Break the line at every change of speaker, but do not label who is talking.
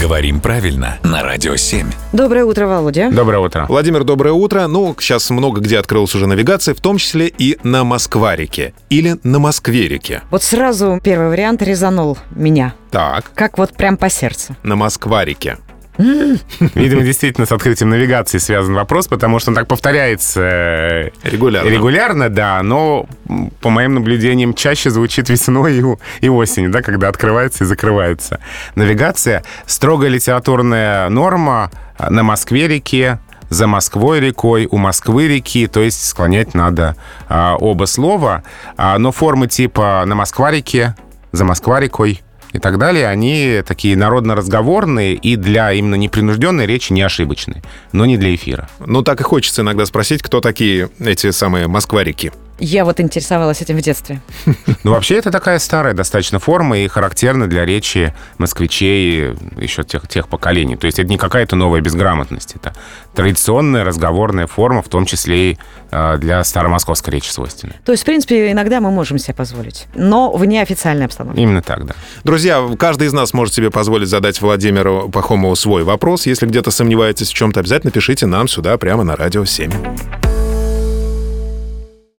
Говорим правильно на Радио 7.
Доброе утро, Володя.
Доброе утро.
Владимир, доброе утро. Ну, сейчас много где открылась уже навигация, в том числе и на Москварике или на Москверике.
Вот сразу первый вариант резанул меня.
Так,
Как вот прям по сердцу.
на Москварике.
Видимо, действительно с открытием навигации связан вопрос, потому что он так повторяется э,
Регулярно.
регулярно, да, но м, по моим наблюдениям чаще звучит весной и, у- и осенью, да, когда открывается и закрывается. Навигация — строгая литературная норма а, на Москве-реке, за Москвой рекой, у Москвы реки, то есть склонять надо а, оба слова, А, но формы типа на Москва-реке, за Москва-рекой и так далее, они такие народно-разговорные и для именно непринужденной речи не ошибочны, но не для эфира.
Ну, так и хочется иногда спросить, кто такие эти самые Москварики.
Я вот интересовалась этим в детстве.
Ну, вообще, это такая старая достаточно форма и характерна для речи москвичей еще тех, тех поколений. То есть это не какая-то новая безграмотность. Это традиционная разговорная форма, в том числе и э, для старомосковской речи свойственная.
То есть, в принципе, иногда мы можем себе позволить, но в неофициальной обстановке.
Именно так, да.
Друзья, каждый из нас может себе позволить задать Владимиру Пахомову свой вопрос. Если где-то сомневаетесь в чем-то, обязательно пишите нам сюда, прямо на Радио 7.